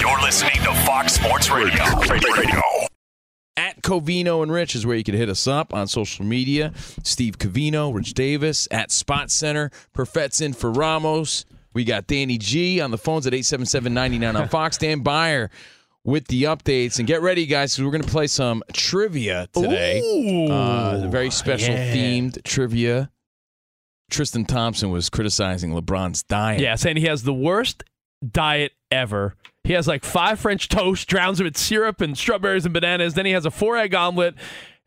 You're listening to Fox Sports Radio. Radio. at Covino and Rich is where you can hit us up on social media. Steve Covino, Rich Davis at Spot Center, Perfett's in for Ramos. We got Danny G on the phones at 877-99 on Fox. Dan Byer with the updates. And get ready, guys, 'cause we're going to play some trivia today. Uh, very special themed trivia. Tristan Thompson was criticizing LeBron's diet. Yeah, saying he has the worst diet ever. He has like five French toast, drowns them in syrup and strawberries and bananas. Then he has a four egg omelet.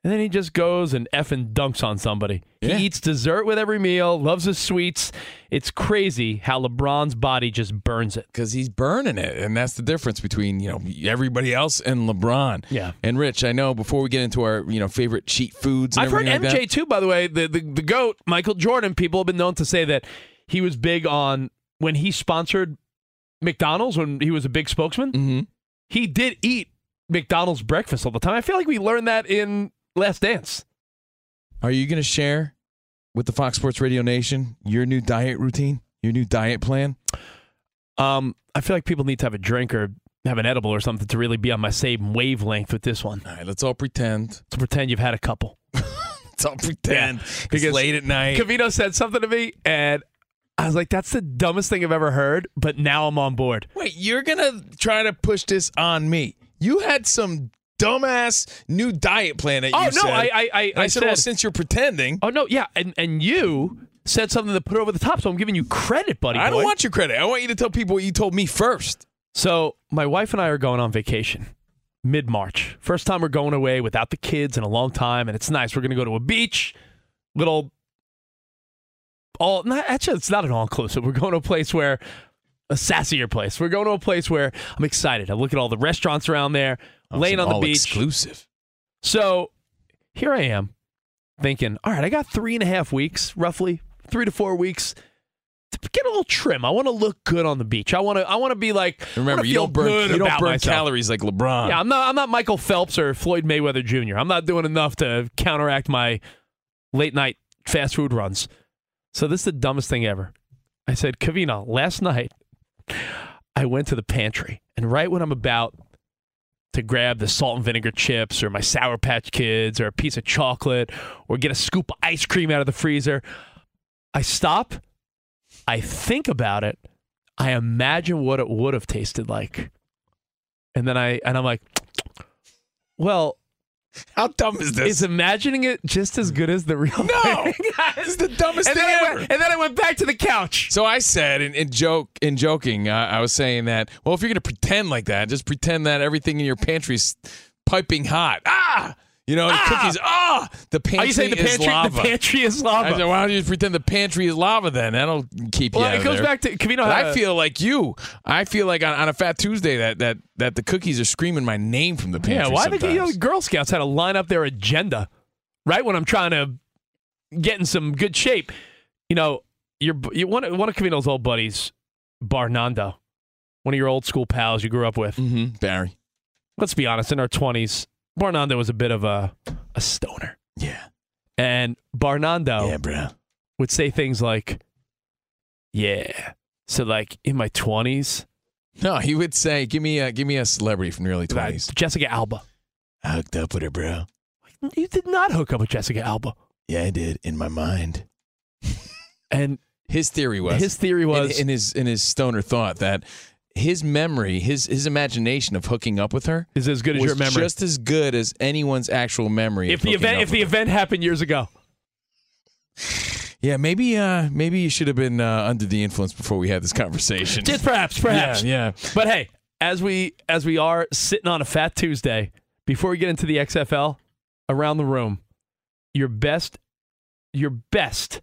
And then he just goes and effing dunks on somebody. Yeah. He eats dessert with every meal, loves his sweets. It's crazy how LeBron's body just burns it. because he's burning it, and that's the difference between you know everybody else and LeBron. Yeah. And Rich, I know before we get into our you know favorite cheat foods, and I've heard everything MJ like that- too, by the way, the, the the goat, Michael Jordan. People have been known to say that he was big on when he sponsored McDonald's when he was a big spokesman. Mhm. He did eat McDonald's breakfast all the time. I feel like we learned that in Last Dance. Are you going to share with the Fox Sports Radio Nation your new diet routine, your new diet plan? Um, I feel like people need to have a drink or have an edible or something to really be on my same wavelength with this one. All right, let's all pretend. To pretend you've had a couple. Let's all pretend because- it's late at night. Cavino said something to me, and I was like, "That's the dumbest thing I've ever heard." But now I'm on board. Wait, you're gonna try to push this on me? You had some dumbass new diet plan that Oh, you no, said. I- I- I- And I said, well, said- since you're pretending, Oh no, yeah, and and you said something to put over the top, so I'm giving you credit, buddy. I don't boy. want your credit. I want you to tell people what you told me first. So my wife and I are going on vacation mid March. First time we're going away without the kids in a long time, and it's nice. We're gonna go to a beach, little all. Not, actually, it's not an all inclusive. We're going to a place where a sassier place. We're going to a place where I'm excited. I look at all the restaurants around there, laying on the Oh, all beach. exclusive. So here I am thinking, all right, I got three and a half weeks, roughly three to four weeks to get a little trim. I want to look good on the beach. I want to, I want to be like, I Remember, wanna you feel don't burn good you don't about burn myself. calories like LeBron. Yeah, I'm not, I'm not Michael Phelps or Floyd Mayweather Jr. I'm not doing enough to counteract my late night fast food runs. So this is the dumbest thing ever. I said, Kavina, last night I went to the pantry, and right when I'm about to grab the salt and vinegar chips or my Sour Patch Kids or a piece of chocolate or get a scoop of ice cream out of the freezer, I stop, I think about it, I imagine what it would have tasted like. And then I and I'm like, well, How dumb is this? is imagining it just as good as the real no, thing? this is the dumbest and thing then, I ever. went, and then I went back to the couch. so I said, in, in joke, in joking, uh, I was saying that. Well, if you're gonna pretend like that, just pretend that everything in your pantry's piping hot. Ah, you know, Ah! cookies. Ah, the pantry Are you saying the is pantry? lava. The pantry is lava. I said, why don't you just pretend the pantry is lava then? That'll keep you well, out it of goes there. back to uh, Camino. But had I a- feel like you. I feel like on, on a Fat Tuesday that, that that the cookies are screaming my name from the pantry. Yeah, why sometimes. the you know, Girl Scouts had to line up their agenda right when I'm trying to get in some good shape? You know, your you, one of- one of Camino's old buddies, Barnando, one of your old school pals you grew up with. Mm-hmm. Barry. Let's be honest, in our twenties, Barnando was a bit of a a stoner, Yeah. and Barnando Yeah, bro. would say things like, "Yeah." So like in my twenties, No, he would say, "Give me a give me a celebrity from the early twenties. Jessica Alba. I hooked up with her, bro. You did not hook up with Jessica Alba, Yeah, I did in my mind." and His theory was his theory was in, in his in his stoner thought that his memory, his his imagination of hooking up with her is as good as was your memory. just as good as anyone's actual memory. if of the hooking event up if the with her. event happened years ago, yeah, maybe uh maybe you should have been uh, under the influence before we had this conversation. just perhaps, yeah, perhaps. yeah. But hey, as we as we are sitting on a fat Tuesday, before we get into the XFL, around the room, your best your best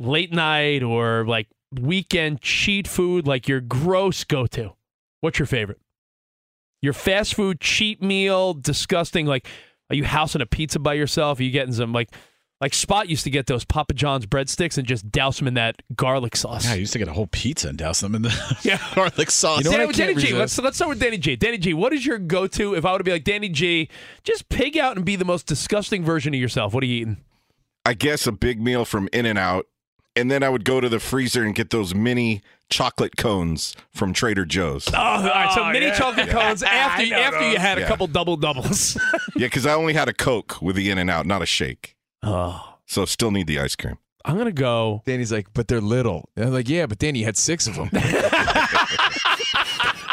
late night or like weekend cheat food, like your gross go to. What's your favorite? Your fast food cheat meal, disgusting. Like, are you housing a pizza by yourself? Are you getting some like like Spot used to get those Papa John's breadsticks and just douse them in that garlic sauce. Yeah, I used to get a whole pizza and douse them in the Yeah. garlic sauce. You know what Danny, I can't Danny G, let's resist? let's start with Danny G. Danny G, what is your go-to if I were to be like Danny G, just pig out and be the most disgusting version of yourself? What are you eating? I guess a big meal from In and Out. And then I would go to the freezer and get those mini chocolate cones from Trader Joe's. Oh, all right, so mini yeah. chocolate cones after you, after you had a Yeah. couple double doubles. Yeah, because I only had a Coke with the In and Out, not a shake. oh, So still need the ice cream. I'm gonna go. Danny's like, but they're little. And I'm like, yeah, but Danny you had six of them.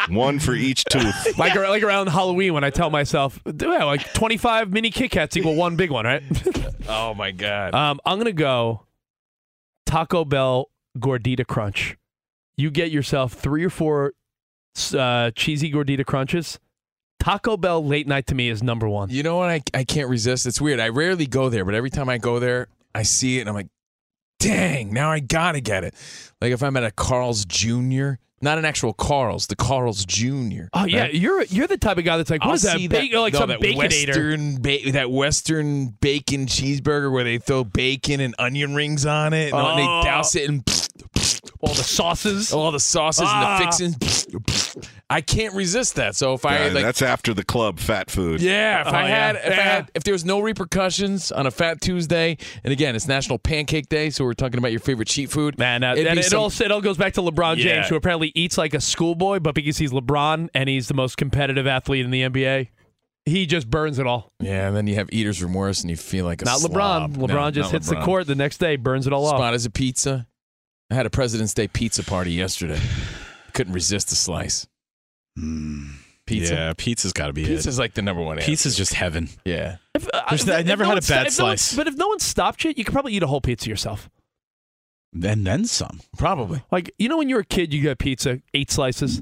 One for each tooth. Like, ar- like around Halloween when I tell myself, yeah, like 25 mini Kit Kats equal one big one, right? oh my god. Um, I'm gonna go Taco Bell Gordita Crunch. You get yourself three or four uh, cheesy Gordita Crunches. Taco Bell late night to me is number one. You know what? I, I can't resist. It's weird. I rarely go there, but every time I go there, I see it and I'm like, dang, now I gotta get it. Like if I'm at a Carl's Jr., not an actual Carl's, the Carl's Jr. Oh yeah, right? you're you're the type of guy that's like, I'll what is that? see Bacon, like no, some that baconator. Western ba- that Western bacon cheeseburger where they throw bacon and onion rings on it, and all- Oh. they douse it and All the sauces. all the sauces Ah. and the fixings. I can't resist that. So if I Yeah, like, that's after the club fat food. Yeah, if Oh, I yeah. had, if Yeah. I had, if there was no repercussions on a Fat Tuesday, and again, it's National Pancake Day, so we're talking about your favorite cheat food. Man, that, It'd that- be it, some- all, it all goes back to LeBron Yeah. James, who apparently eats like a schoolboy, but because he's LeBron and he's the most competitive athlete in the NBA, he just burns it all. yeah, and then you have eater's remorse, and you feel like a Not LeBron. slob. LeBron No, just not hits the LeBron. court the next day, burns it all off. Spot as a pizza. I had a President's Day pizza party yesterday. Couldn't resist the slice. Hmm. Pizza. Yeah, pizza's got to be Pizza's like the number one. it. answer. Pizza's just heaven. Yeah. If, uh, There's if- no- I if never had one a bad if no one- slice. but if no one stopped you, you could probably eat a whole pizza yourself. And then some. Probably. Like you know, when you were a kid, you got pizza, eight slices.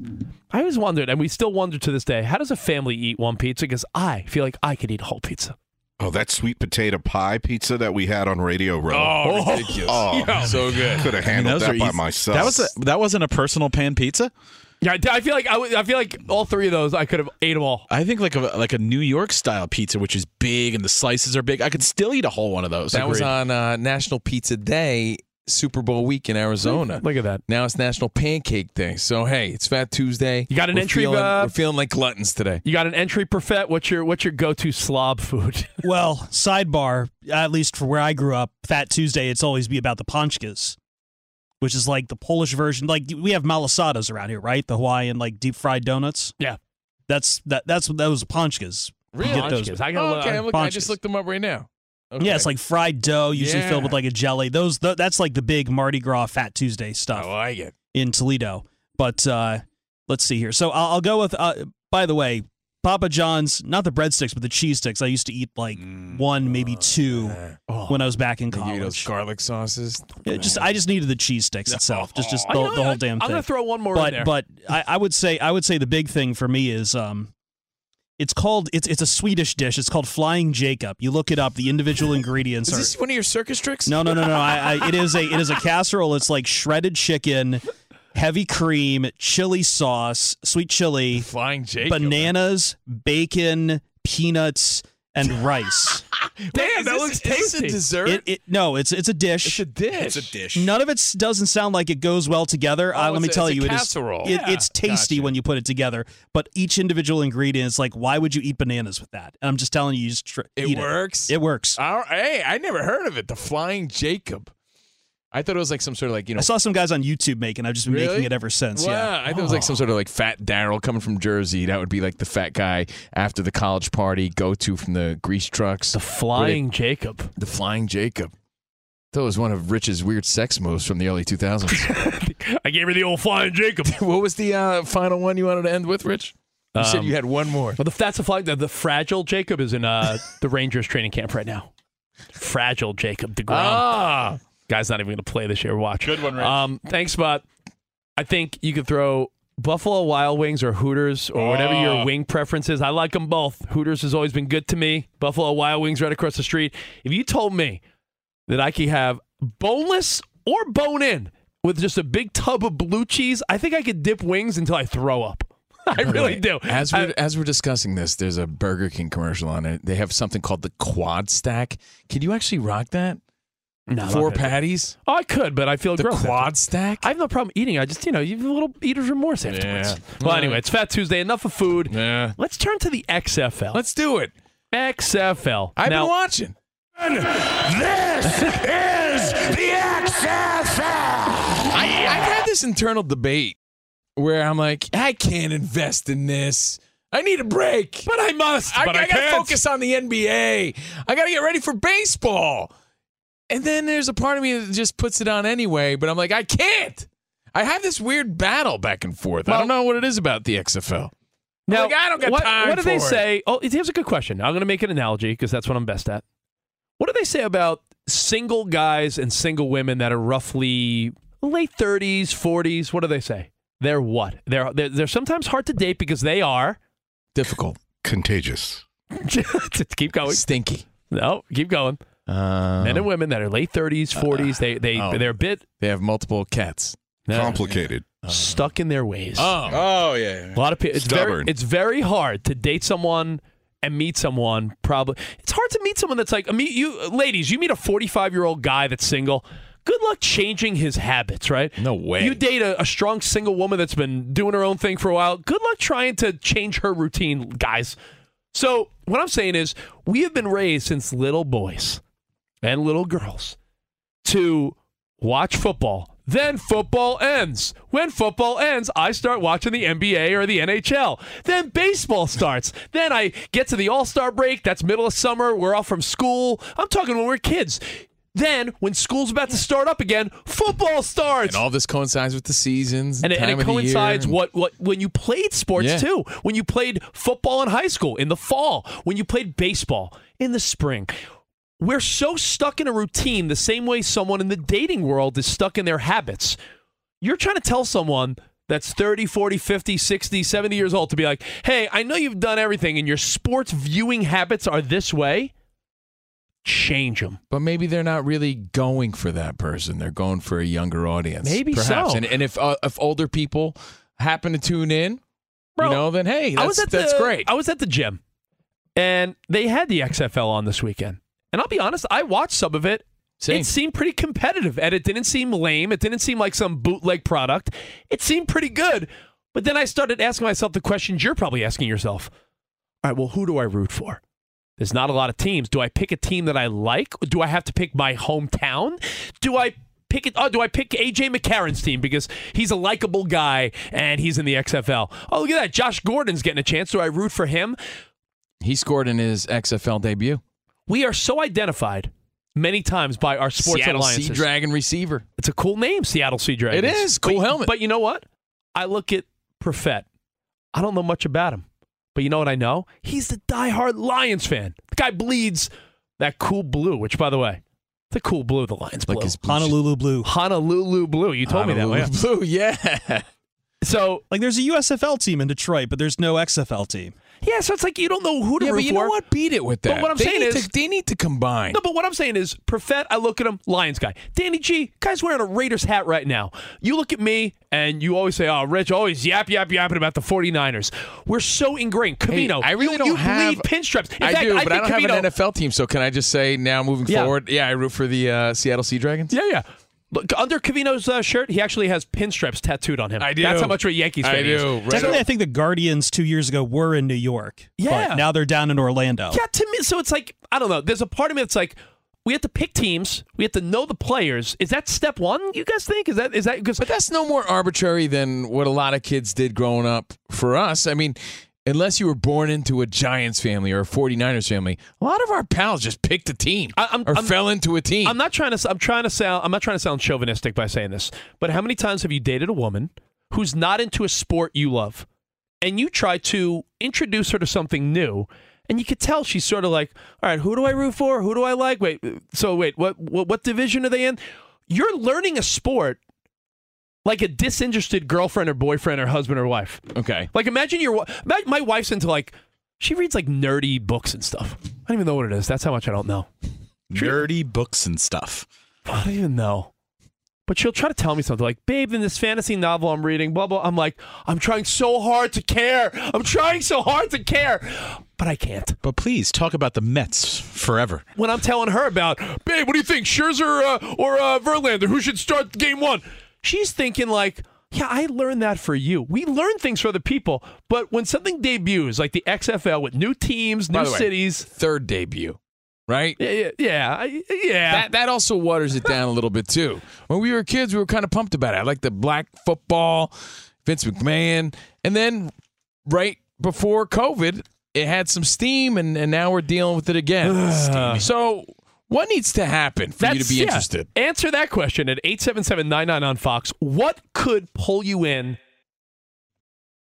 I always wondered, and we still wonder to this day, how does a family eat one pizza? Because I feel like I could eat a whole pizza. Oh, that sweet potato pie pizza that we had on Radio Row. Oh, ridiculous. Oh, So good. could have I mean, handled those are that by easy- myself. That was a, that wasn't a personal pan pizza. Yeah, I, I feel like I, would- I feel like all three of those I could have ate them all. I think like a like a New York style pizza, which is big and the slices are big. I could still eat a whole one of those. That was on uh, National Pizza Day, Super Bowl week in Arizona. Look at that. Now it's National Pancake Day. So hey, it's Fat Tuesday. You got an we're entry, Feeling, uh, we're feeling like gluttons today. You got an entry perfect. What's your what's your go to slob food? Well, sidebar, at least for where I grew up, Fat Tuesday, it's always be about the ponchkas, which is like the Polish version. Like we have malasadas around here, right? The Hawaiian like deep fried donuts. Yeah. That's that that's that was ponchkas. You get those. Ponchkas. I gotta Oh, look- okay, I'm looking, I just Ponchos. looked them up right now. Okay. Yeah, it's like fried dough, usually filled with Yeah. like a jelly. Those th- that's like the big Mardi Gras Fat Tuesday stuff. I Oh, like it. in Toledo. But uh, let's see here. So I'll, I'll go with. Uh, by the way, Papa John's, not the breadsticks, but the cheese sticks. I used to eat like Mm, one, maybe uh, two, when I was back in Oh, They give you those college. garlic sauces. Yeah, just I just needed the cheese sticks itself, just just the, You know, the Oh, I- whole damn I'm thing. gonna throw one more in but there. but I, I would say I would say the big thing for me is um, it's called it's it's a Swedish dish. It's called Flying Jacob. You look it up. The individual ingredients Is are this one of your circus tricks? no, no, no, no. I, I, it is a it is a casserole. It's like shredded chicken, heavy cream, chili sauce, sweet chili, Flying Jacob. bananas, bacon, peanuts, and rice. Damn, that looks tasty. dessert? It, it no, it's it's a dish. it's a It's dish. a dish. None of it doesn't sound like it goes well together. uh, Oh, let me it's a- tell it's a you, it is- casserole. it- it's tasty gotcha. when you put it together, but each individual ingredient is like, why would you eat bananas with that? And I'm just telling you, you just tr- It eat works. It. it works. Our- hey, I never heard of it. The Flying Jacob. I thought it was like some sort of like you know. I saw some guys on YouTube making. I've just been Really? making it ever since. wow, Yeah. Oh. I thought it was like some sort of like fat Daryl coming from Jersey. That would be like the fat guy after the college party go to from the grease trucks. The flying Jacob. The Flying Jacob. That was one of Rich's weird sex moves from the early 2000s. I gave her the old flying Jacob. what was the uh, final one you wanted to end with, Rich? You said Um, you had one more. Well, the, that's the flag. The, the fragile Jacob is in uh, the Rangers training camp right now. Fragile Jacob Degrom. Ah, Guy's not even going to play this year. Watch. Good one, Rich. Um, thanks, but I think you could throw Buffalo Wild Wings or Hooters or whatever your wing preference is. I like them both. Hooters has always been good to me. Buffalo Wild Wings right across the street. If you told me that I could have boneless or bone in with just a big tub of blue cheese, I think I could dip wings until I throw up. I really do. As I- we're, as we're discussing this, there's a Burger King commercial on it. They have something called the quad stack. Can you actually rock that? No, I'm Four not gonna do it. patties? Oh, I could, but I feel The gross. quad stack? I have no problem eating. I just, you know, you have a little eater's remorse afterwards. Yeah. Well, anyway, it's Fat Tuesday. Enough of food. yeah. Let's turn to the XFL. Let's do it. XFL. I've now, been watching. I, I've had this internal debate where I'm like, I can't invest in this. I need a break. But I must. I, but I, I, gotta can't. focus on the NBA. I gotta get ready for baseball. And then there's a part of me that just puts it on anyway, but I'm like, I can't. I have this weird battle back and forth. I don't know what it is about the XFL. Now, Like, I don't got what, time What do they for it. say? Oh, here's a good question. I'm going to make an analogy because that's what I'm best at. What do they say about single guys and single women that are roughly late 30s, 40s? What do they say? They're what? They're they're, they're sometimes hard to date because they are. Difficult, Contagious. keep going. stinky. No, keep going. Um, men and women that are late 30s, 40s, they they oh. they're a bit they have multiple cats. Complicated. stuck in their ways. Oh, Oh yeah. a lot of people. It's very, Stubborn. it's very hard to date someone and meet someone. Probably it's hard to meet someone that's like I mean, you ladies. You meet a 45 year old guy that's single. Good luck changing his habits, right? No way. You date a, a strong single woman that's been doing her own thing for a while. Good luck trying to change her routine, guys. So, what I'm saying is, we have been raised since little boys and little girls to watch football. Then football ends. When football ends, I start watching the NBA or the NHL. Then baseball starts. then I get to the All Star break. That's middle of summer. We're off from school. I'm talking when we're kids. Then, when school's about to start up again, football starts and all this coincides with the seasons, and, it- time and it of the year, coincides and- what what when you played sports Yeah. too when you played football in high school in the fall when you played baseball in the spring we're so stuck in a routine the same way someone in the dating world is stuck in their habits you're trying to tell someone that's 30, 40, 50, 60, 70 years old to be like, hey, I know you've done everything and your sports viewing habits are this way. Change them. But maybe they're not really going for that person. They're going for a younger audience. Maybe perhaps. so. And, and if uh, if older people happen to tune in, Bro, you know, then hey, that's, I was at that's the, great. I was at the gym, and they had the XFL on this weekend. And I'll be honest, I watched some of it. Same. It seemed pretty competitive, and it didn't seem lame. It didn't seem like some bootleg product. It seemed pretty good. But then I started asking myself the questions you're probably asking yourself. All right, well, who do I root for? There's not a lot of teams. Do I pick a team that I like? Do I have to pick my hometown? Do I pick it? Oh, do I pick AJ McCarron's team because he's a likable guy and he's in the XFL? Oh, look at that. Josh Gordon's getting a chance. Do I root for him? he scored in his XFL debut. We are so identified many times by our sports Seattle alliances. Sea Dragon receiver. It's a cool name, Seattle Sea Dragons. It is. Cool But- helmet. But you know what? I look at Perfett. I don't know much about him, but you know what I know? He's the diehard Lions fan. The guy bleeds that cool blue, which, by the way, the cool blue, the Lions blue. Like his blue Honolulu Blue. Honolulu blue. You told me that. Honolulu Yeah. blue, yeah. So Like there's a USFL team in Detroit, but there's no XFL team. Yeah, so it's like you don't know who to Yeah, root but you for. know what? Beat it with that. what I'm They saying need is- to- they need to combine. No, but what I'm saying is, Perfett, I look at him, Lions guy. Danny G, guy's wearing a Raiders hat right now. You look at me, and you always say, oh, Rich, always yap, yap, yapping about the 49ers. We're so ingrained. Camino, I really you, don't you have- bleed pinstripes. In I fact, do, I but I think don't Camino, have an NFL team. So can I just say now moving Yeah. forward? Yeah, I root for the uh, Seattle Sea Dragons. Yeah, yeah. Look, under Cavino's uh, shirt, he actually has pinstripes tattooed on him. I do. That's how much of a Yankees fan I he is. do. Right Technically, on. I think the Guardians two years ago were in New York. Yeah. But now they're down in Orlando. Yeah, to me, so it's like I don't know. There's a part of me that's like, we have to pick teams. We have to know the players. Is that step one? You guys think is that is that because But that's no more arbitrary than what a lot of kids did growing up for us. I mean, unless you were born into a Giants family or a 49ers family, a lot of our pals just picked a team I- I'm- or I'm- fell into a team. I'm not trying to. I'm trying to sound. I'm not trying to sound chauvinistic by saying this. But how many times have you dated a woman who's not into a sport you love, and you try to introduce her to something new, and you could tell she's sort of like, all right, who do I root for? Who do I like? Wait, so wait, what what, what division are they in? You're learning a sport. Like a disinterested girlfriend or boyfriend or husband or wife. okay. Like imagine your wi- imagine my wife's into like she reads like nerdy books and stuff. I don't even know what it is. That's how much I don't know. Nerdy books and stuff. I don't even know. But she'll try to tell me something like, babe, in this fantasy novel I'm reading, blah, blah. I'm like, I'm trying so hard to care. I'm trying so hard to care. But I can't. But please talk about the Mets forever. When I'm telling her about, babe, what do you think, Scherzer uh, or uh, Verlander, who should start game one? She's thinking like, yeah, I learned that for you. We learn things for other people. But when something debuts, like the XFL with new teams, By new the way, cities. Third debut, right? Yeah, yeah, yeah. I- yeah. That, that also waters it down a little bit too. When we were kids, we were kind of pumped about it. I like the black football, Vince McMahon, and then right before COVID, it had some steam, and, and now we're dealing with it again. so, what needs to happen for you to be yeah. interested? Answer that question at 877-99 on Fox. What could pull you in?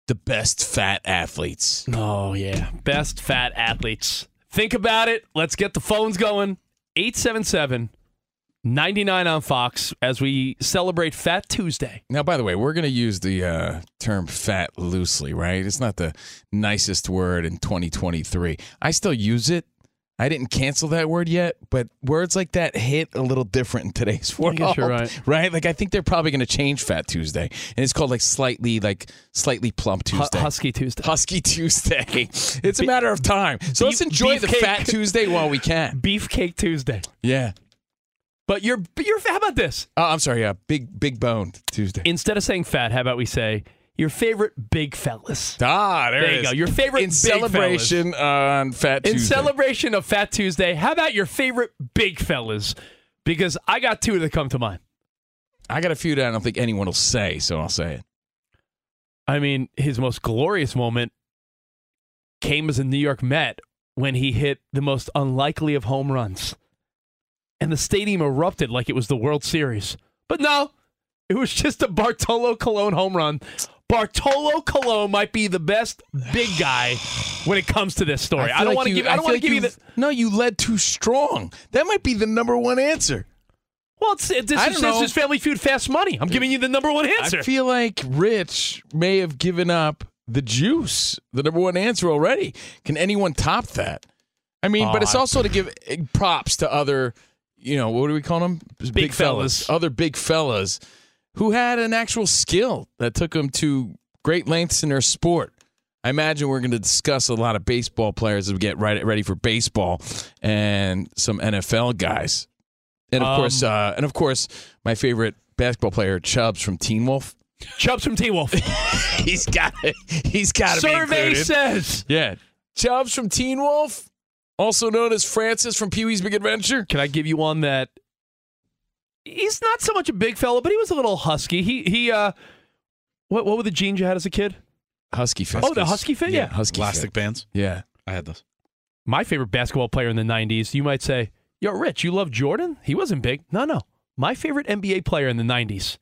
The best fat athletes. Oh yeah. Best fat athletes. Think about it. Let's get the phones going. 877 99 on Fox as we celebrate Fat Tuesday. Now, by the way, we're going to use the uh, term fat loosely, right? It's not the nicest word in 2023. I still use it. I didn't cancel that word yet, but words like that hit a little different in today's world, guess you're right. right? Like I think they're probably going to change Fat Tuesday, and it's called like slightly like slightly plump Hu- Tuesday. Husky Tuesday. Husky Tuesday. It's a matter of time. So let's beef- enjoy the beefcake. Fat Tuesday while we can. Beefcake Tuesday. Yeah. But you're but you're how about this? Oh, I'm sorry. Yeah. Big big boned Tuesday. Instead of saying fat, how about we say your favorite big fellas? Ah, there, There it you is. go. Your favorite in big celebration on Fat In Tuesday. celebration of Fat Tuesday, how about your favorite big fellas? Because I got two that come to mind. I got a few that I don't think anyone will say, so I'll say it. I mean, his most glorious moment came as a New York Met when he hit the most unlikely of home runs. And the stadium erupted like it was the World Series. But no, it was just a Bartolo Colon home run. Bartolo Colon might be the best big guy when it comes to this story. feel I, don't like want to you- give I feel don't want to like give you the you've- No, you led too strong. That might be the number one answer. Well, it's, it- this, I is, don't this know. is Family Feud Fast Money. I'm giving you the number one answer. I feel like Rich may have given up the juice, the number one answer already. Can anyone top that? I mean, but it's Oh, I- also to give eh, props to other, you know, what do we call them? Big, fellas. Other big fellas who had an actual skill that took them to great lengths in their sport. I imagine we're going to discuss a lot of baseball players as we get right, ready for baseball and some NFL guys. And of Um, course, uh, and of course, my favorite basketball player, Chubbs from Teen Wolf. Chubbs from T Wolf. He's got it. He's got to Survey says. yeah, Chubbs from Teen Wolf, also known as Francis from Pee Wee's Big Adventure. Can I give you one that he's not so much a big fella, but he was a little husky. He he uh what what were the jeans you had as a kid? Husky fit. Oh, the husky fit, yeah. husky Elastic fit. bands. Yeah. I had those. My favorite basketball player in the nineties, you might say, Yo, Rich, you love Jordan? He wasn't big. No, no. My favorite NBA player in the nineties,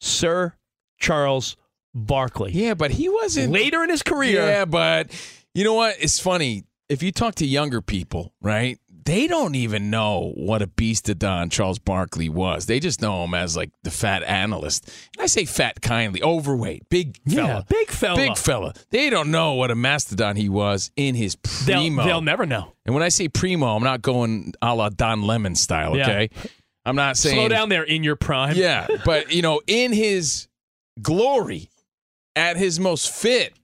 Sir Charles Barkley. Yeah, but he wasn't Later in his career. Yeah, but you know what? It's funny. If you talk to younger people, right? they don't even know what a beastodon Charles Barkley was. They just know him as like the fat analyst. And I say fat kindly, overweight, big Yeah, fella, big fella. big fella. They don't know what a mastodon he was in his They'll, primo. they'll never know. and when I say primo, I'm not going a la Don Lemon style. Yeah. Okay, I'm not saying Slow down there in your prime. Yeah, but you know, in his glory, at his most fit,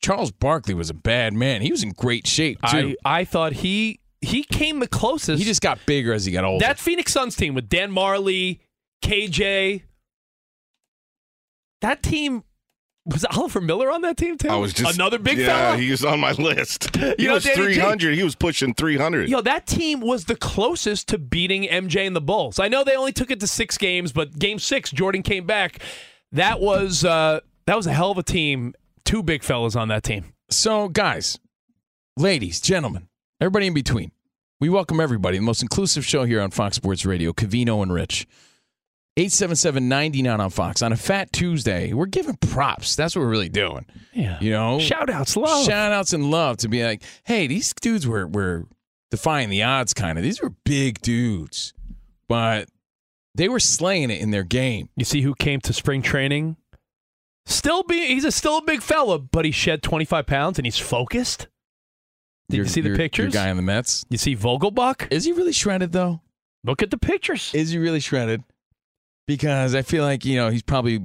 Charles Barkley was a bad man. He was in great shape I, too. I thought he he came the closest. he just got bigger as he got older. that Phoenix Suns team with Dan Marley, KJ. That team was Oliver Miller on that team too. I was just another big yeah, fella. He was on my list. He know, was Danny G- 300. He was pushing 300. Yo, that team was the closest to beating MJ and the Bulls. I know they only took it to six games, but game six, Jordan came back. That was uh, that was a hell of a team. Two big fellas on that team. So, guys, ladies, gentlemen, everybody in between, we welcome everybody. The most inclusive show here on Fox Sports Radio, Cavino and Rich. 877-99 on Fox. On a Fat Tuesday, we're giving props. That's what we're really doing. Yeah. You know? Shout outs, love. Shout outs and love to be like, hey, these dudes were were defying the odds kind of. These were big dudes, but they were slaying it in their game. you see who came to spring training? Still be he's a still a big fella, but he shed 25 pounds and he's focused. Did Your- you see the your- pictures? Your guy in the Mets. You see Vogelbach? Is he really shredded though? Look at the pictures. Is he really shredded? Because I feel like, you know, he's probably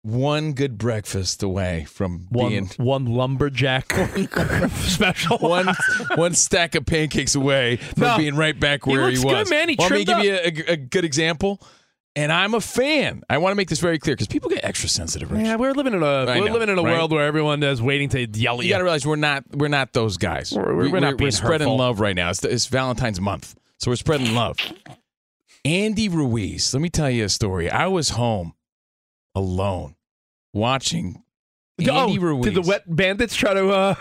one good breakfast away from One being one lumberjack special. one one stack of pancakes away from No. being right back He where looks good, was. man. He Want me to give trimmed you a, a good example? And I'm a fan. I want to make this very clear because people get extra sensitive. Rich. Yeah, we're living in a I we're know, living in a right? world where everyone is waiting to yell at you you. got to realize we're not we're not those guys. We're- we're- we're not being spreading hurtful. love right now. It's, it's Valentine's month, so we're spreading love. Andy Ruiz, let me tell you a story. I was home alone watching oh, Andy Ruiz. did the wet bandits try to? uh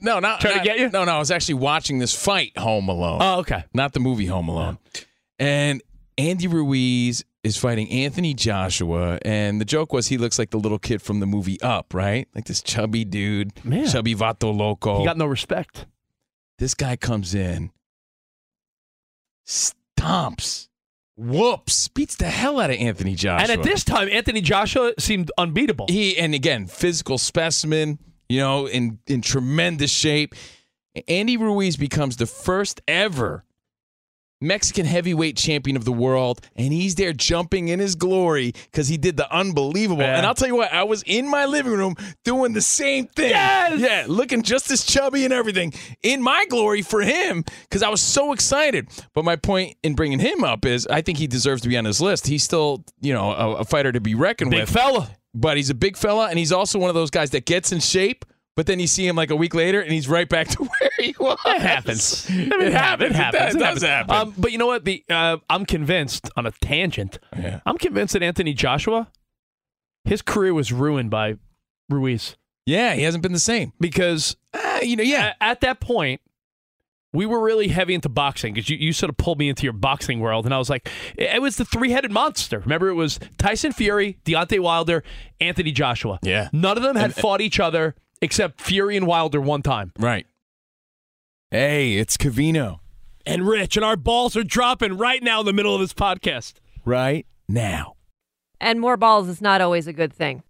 no, not try to not- get you? No, no, I was actually watching this fight home alone. Oh, okay. not the movie Home Alone. And Andy Ruiz is fighting Anthony Joshua, and the joke was he looks like the little kid from the movie Up, right? Like this chubby dude, Man. chubby vato loco. He got no respect. this guy comes in, stomps, whoops, beats the hell out of Anthony Joshua. And at this time, Anthony Joshua seemed unbeatable. he and again physical specimen you know in in tremendous shape andy ruiz becomes the first ever mexican heavyweight champion of the world and he's there jumping in his glory because he did the unbelievable Yeah. and i'll tell you what i was in my living room doing the same thing Yes! yeah looking just as chubby and everything in my glory for him because i was so excited but my point in bringing him up is i think he deserves to be on his list he's still you know a, a fighter to be reckoned Big with fella. but he's a big fella and he's also one of those guys that gets in shape but then you see him like a week later and he's right back to where he was It happens. it, happens it, happens. does, does happen Um, but you know what? The uh, I'm convinced on a tangent. Yeah. I'm convinced that Anthony Joshua, his career was ruined by Ruiz yeah he hasn't been the same because uh, Ah, you know yeah a- at that point, we were really heavy into boxing because you, you sort of pulled me into your boxing world. And I was like, it it was the three headed monster. Remember, it was Tyson Fury, Deontay Wilder, Anthony Joshua. Yeah. None of them had fought each other except Fury and Wilder one time. right hey it's cavino And Rich, and our balls are dropping right now in the middle of this podcast. right now And more balls is not always a good thing.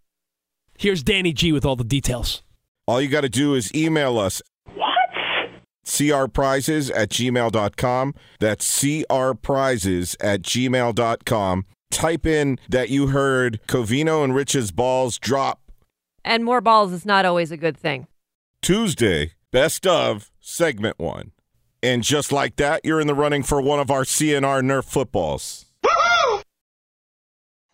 Here's Danny G with all the details. All you got to do is email us. What? prizes at gmail.com. That's prizes at gmail.com. Type in that you heard Covino and Rich's balls drop And more balls is not always a good thing. Tuesday, best of segment one. And just like that, you're in the running for one of our CNR Nerf footballs.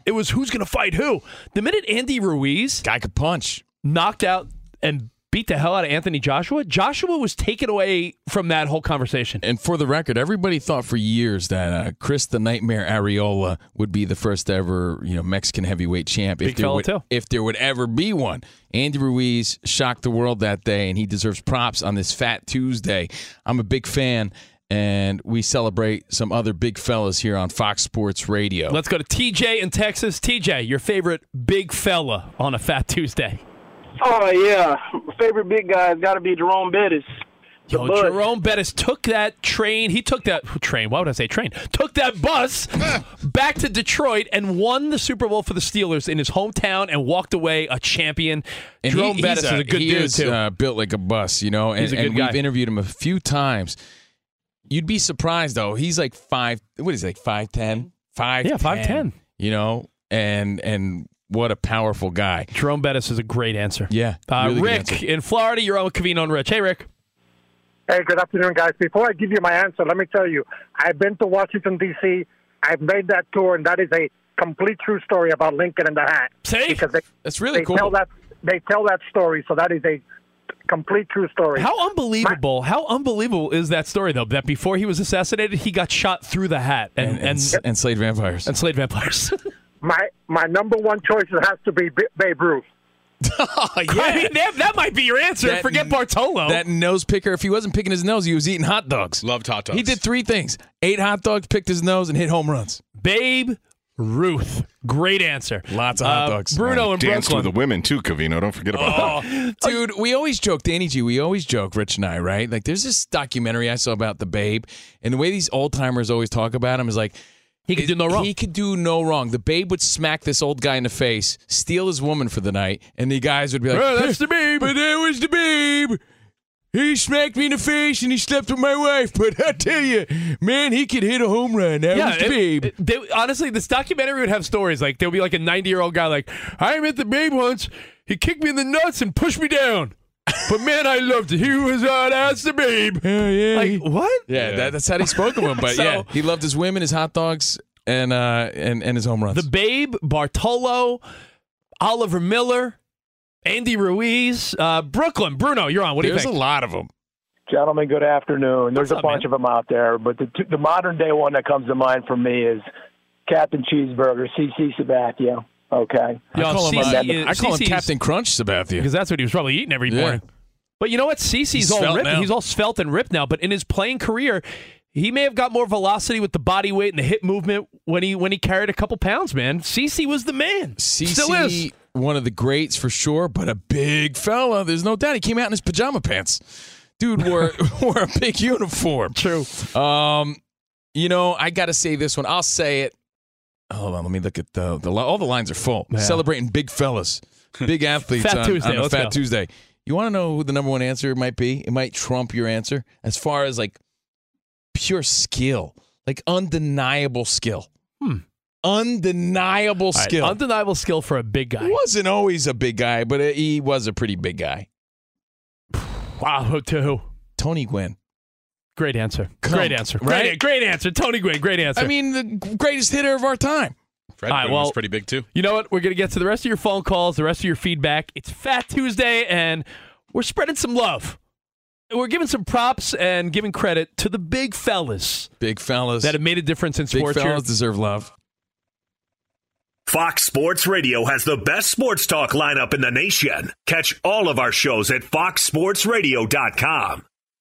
It was who's going to fight who. The minute Andy Ruiz guy could punch knocked out and beat the hell out of Anthony Joshua, Joshua was taken away from that whole conversation. and for the record everybody thought for years that uh, chris the nightmare areola would be the first ever you know mexican heavyweight champ Big if there, fella, would, too. if there would ever be one andy ruiz shocked the world that day and he deserves props on this fat tuesday i'm a big fan and we celebrate some other big fellas here on fox sports radio Let's go to TJ in Texas. TJ, your favorite big fella on a Fat Tuesday. Oh yeah, favorite big guy's got to be Jerome Bettis. Yo, Jerome Bettis took that train. He took that train. Why would I say train? Took that bus back to Detroit and won the Super Bowl for the Steelers in his hometown and walked away a champion. And Jerome he, Bettis he's is a good he dude is, too. uh, built like a bus, you know. And, He's a good and guy. we've interviewed him a few times. You'd be surprised though. He's like five. What is he, like five ten? Five. Yeah, 5'10. You know, and and what a powerful guy. Jerome Bettis is a great answer. Yeah, uh, really good Rick answer. in Florida, you're on with Cavino and Rich. Hey, Rick. Hey, good afternoon, guys. Before I give you my answer, let me tell you, I've been to Washington, D.C., I've made that tour, and that is a complete true story about Lincoln and the hat. See? Because they, That's really they cool. Tell that, they tell that story, so that is a complete true story. How unbelievable! how unbelievable is that story though? That before he was assassinated, he got shot through the hat and and, and, and slayed vampires and slayed vampires. My, my number one choice has to be B- Babe Ruth. I mean, that, that might be your answer. That- Forget Bartolo. That nose picker. If he wasn't picking his nose, he was eating hot dogs. Loved hot dogs. He did three things: ate hot dogs, picked his nose, and hit home runs. Babe Ruth. Great answer. Lots of hot Uh, dogs. Bruno and in Danced Brooklyn. with the women too, Cavino. Don't forget about that. Oh. Oh, Dude, we always joke, Danny G, we always joke, Rich and I, right? Like, there's this documentary I saw about the babe, and the way these old timers always talk about him is like, he could do no wrong. He could do no wrong. The babe would smack this old guy in the face, steal his woman for the night, and the guys would be like, Oh, that's the babe. But that was the babe. He smacked me in the face and he slept with my wife. But I tell you, man, he could hit a home run. That was the it- babe. it- they- honestly, this documentary would have stories like there would be like a 90 year old guy like I met the babe once. He kicked me in the nuts and pushed me down. But man, I loved it. He was hot as the babe. yeah. Like what? yeah, That, that's how he spoke of him. But So- yeah, he loved his women, his hot dogs, and uh, and and his home runs. The Babe, Bartolo, Oliver Miller, Andy Ruiz, uh, Brooklyn, Bruno. You're on. What There's do you a think? lot of them. Gentlemen, good afternoon. There's What's a up, bunch of 'em of them out there, but the, two, the modern day one that comes to mind for me is Captain Cheeseburger, CC Sabathia. Okay. I Yo, call him, CC uh, is- I call him CC 's- Captain Crunch, Sabathia. Because that's what he was probably eating every Yeah. morning. But you know what? Cece's He's all svelte ripped. now. He's all svelte and ripped now. But in his playing career, he may have got more velocity with the body weight and the hip movement when he when he carried a couple pounds. Man, Cece was the man. Still is. CC, one of the greats for sure, but a big fella. There's no doubt he came out in his pajama pants. Dude wore, wore a big uniform. True. Um, you know, I got to say this one. I'll say it. Hold on, let me look at the, the li- all the lines are full. Yeah. Celebrating big fellas, big athletes Fat on, Tuesday, on a let's Fat go. Tuesday. You want to know who the number one answer might be? It might trump your answer as far as like pure skill, like undeniable skill. Hmm. Undeniable All right, skill. undeniable skill for a big guy. Wasn't always a big guy, but uh, he was a pretty big guy. Wow, too. Tony Gwynn. Great answer. Come- great answer. right? Great, great answer. Tony Gwynn. Great answer. I mean, the greatest hitter of our time. Fred All right, Gwynn was well- pretty big too. You know what? We're going to get to the rest of your phone calls, the rest of your feedback. It's Fat Tuesday, and we're spreading some love. We're giving some props and giving credit to the big fellas Big fellas. that have made a difference in big sports. here. fellas deserve love. Fox Sports Radio has the best sports talk lineup in the nation. Catch all of our shows at foxsportsradio.com.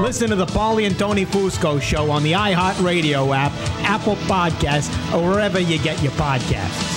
Listen to the Paulie and Tony Fusco show on the iHeartRadio app, Apple Podcasts, or wherever you get your podcasts.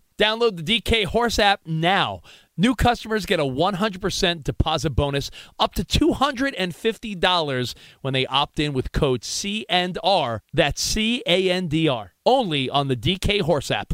Download the DK Horse app now. New customers get a 100% deposit bonus up to $250 when they opt in with code CNR. That's C A N D R. Only on the DK Horse app.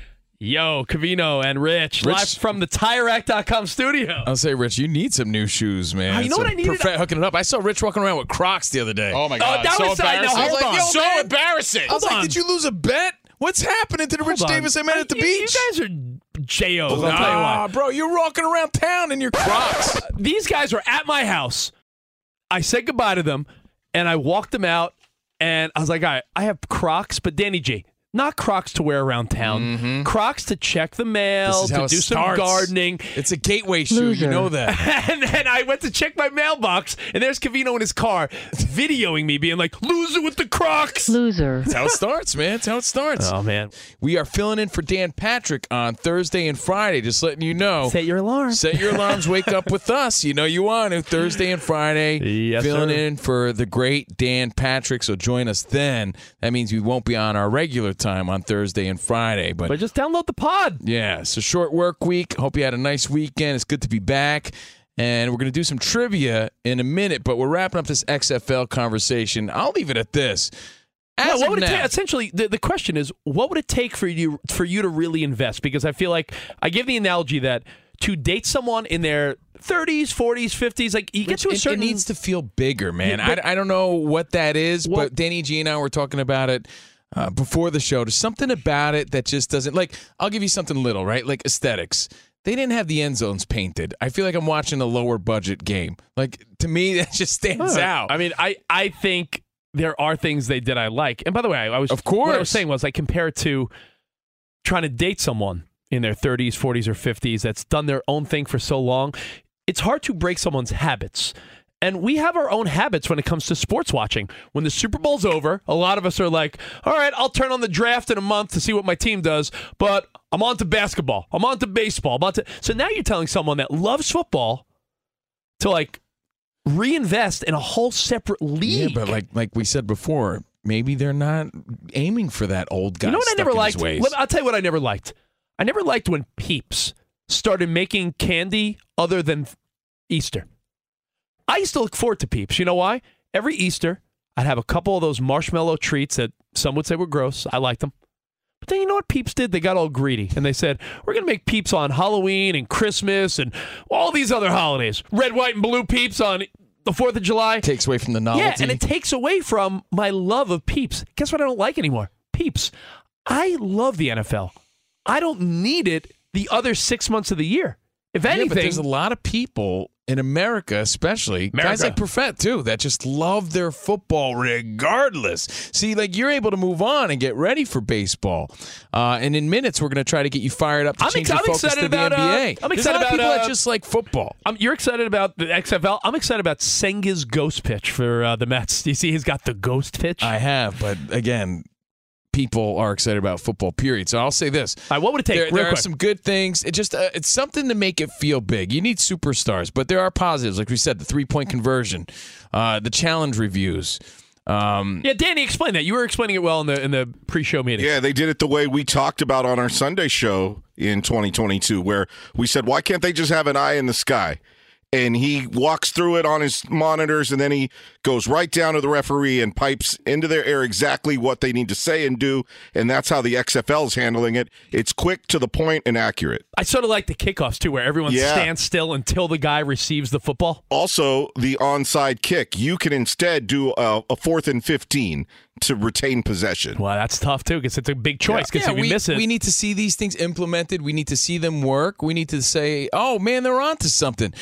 Yo, Cavino and Rich, live from the TireRack.com studio. I'll say, Rich, you need some new shoes, man. Oh, you It's know what a I needed? profe- hooking it up. I saw Rich walking around with Crocs the other day. Oh my god, so embarrassing. I was like, yo, so man. embarrassing. I was like, did you lose a bet? What's happening to the Rich Hold on. Davis I met at the You- beach? You guys are J.O.'s. I'll tell you Nah, why. bro, you're walking around town in your Crocs. These guys were at my house. I said goodbye to them, and I walked them out, and I was like, all right, I have Crocs, but Danny G, not Crocs to wear around town, Crocs to check the mail, Mm-hmm. This is how to it do some starts. gardening. It's a gateway shoe, you know that. and then I went to check my mailbox, and there's Cavino in his car videoing me being like, loser with the Crocs. Loser. That's how it starts, man. That's how it starts. Oh, man. We are filling in for Dan Patrick on Thursday and Friday, just letting you know. Set your alarm. Set your alarms. wake up with us. You know you want to. Thursday and Friday. Yes, filling sir. in for the great Dan Patrick. So join us then. That means we won't be on our regular time on Thursday and Friday. But, But just download the pod. yeah, it's a short work week. Hope you had a nice weekend. It's good to be back. And we're going to do some trivia in a minute, but we're wrapping up this XFL conversation. I'll leave it at this. As yeah, what of would it now- ta- essentially the, the question is what would it take for you for you to really invest because I feel like I give the analogy that to date someone in their 30s 40s 50s like you get to a it- it certain needs to feel bigger, man. Yeah, but- I, I don't know what that is, but Danny G and I were talking about it uh, before the show. There's something about it that just doesn't like. I'll give you something little, right? Like aesthetics. They didn't have the end zones painted. I feel like I'm watching a lower budget game. Like to me, that just stands Huh. out. I mean, I I think there are things they did I like. And by the way, I, I was Of what I course. was saying was I compare it to trying to date someone in their 30s, 40s, or 50s that's done their own thing for so long. It's hard to break someone's habits. And we have our own habits when it comes to sports watching. When the Super Bowl's over, a lot of us are like, all right, I'll turn on the draft in a month to see what my team does, but I'm on to basketball. I'm on to baseball. I'm on to... So now you're telling someone that loves football to like reinvest in a whole separate yeah, league. but like like we said before, maybe they're not aiming for that old guy. you know what I stuck never in his liked? ways. Let- I'll tell you what I never liked. I never liked when Peeps started making candy other than Easter. I used to look forward to Peeps. You know why? Every Easter, I'd have a couple of those marshmallow treats that some would say were gross. I liked them. But then you know what Peeps did? They got all greedy and they said, we're going to make Peeps on Halloween and Christmas and all these other holidays. Red, white, and blue Peeps on the 4th of July. Takes away from the novelty. Yeah, and it takes away from my love of Peeps. Guess what I don't like anymore? Peeps. I love the NFL. I don't need it the other six months of the year. If Yeah, but anything, there's a lot of people in America, especially guys America. like Perfett too, that just love their football regardless. See, like you're able to move on and get ready for baseball, uh, and in minutes we're going to try to get you fired up to I'm, change ex- your I'm focus excited to the about. uh, NBA. I'm There's excited a lot of about people uh, that just like football. I'm, you're excited about the XFL. I'm excited about Senga's ghost pitch for uh, the Mets. You see, he's got the ghost pitch. I have, but again, people are excited about football. Period. So I'll say this: what would it take? There, Real there are quick. some good things. It just uh, it's something to make it feel big. You need superstars, but there are positives, like we said, the three point conversion, uh, the challenge reviews. Um, yeah, Danny, explain that. You were explaining it well in the in the pre-show meeting. Yeah, they did it the way we talked about on our Sunday show in 2022, where we said, why can't they just have an eye in the sky? And he walks through it on his monitors, and then he goes right down to the referee and pipes into their ear exactly what they need to say and do. And that's how the XFL is handling it. It's quick, to the point, and accurate. I sort of like the kickoffs too, where everyone Yeah. stands still until the guy receives the football. Also, the onside kick, you can instead do a, a fourth and 15 to retain possession. Wow, that's tough too, because Oh, it's a big choice. Because if you we, miss it, we need to see these things implemented. We need to see them work. We need to say, oh man, they're onto something.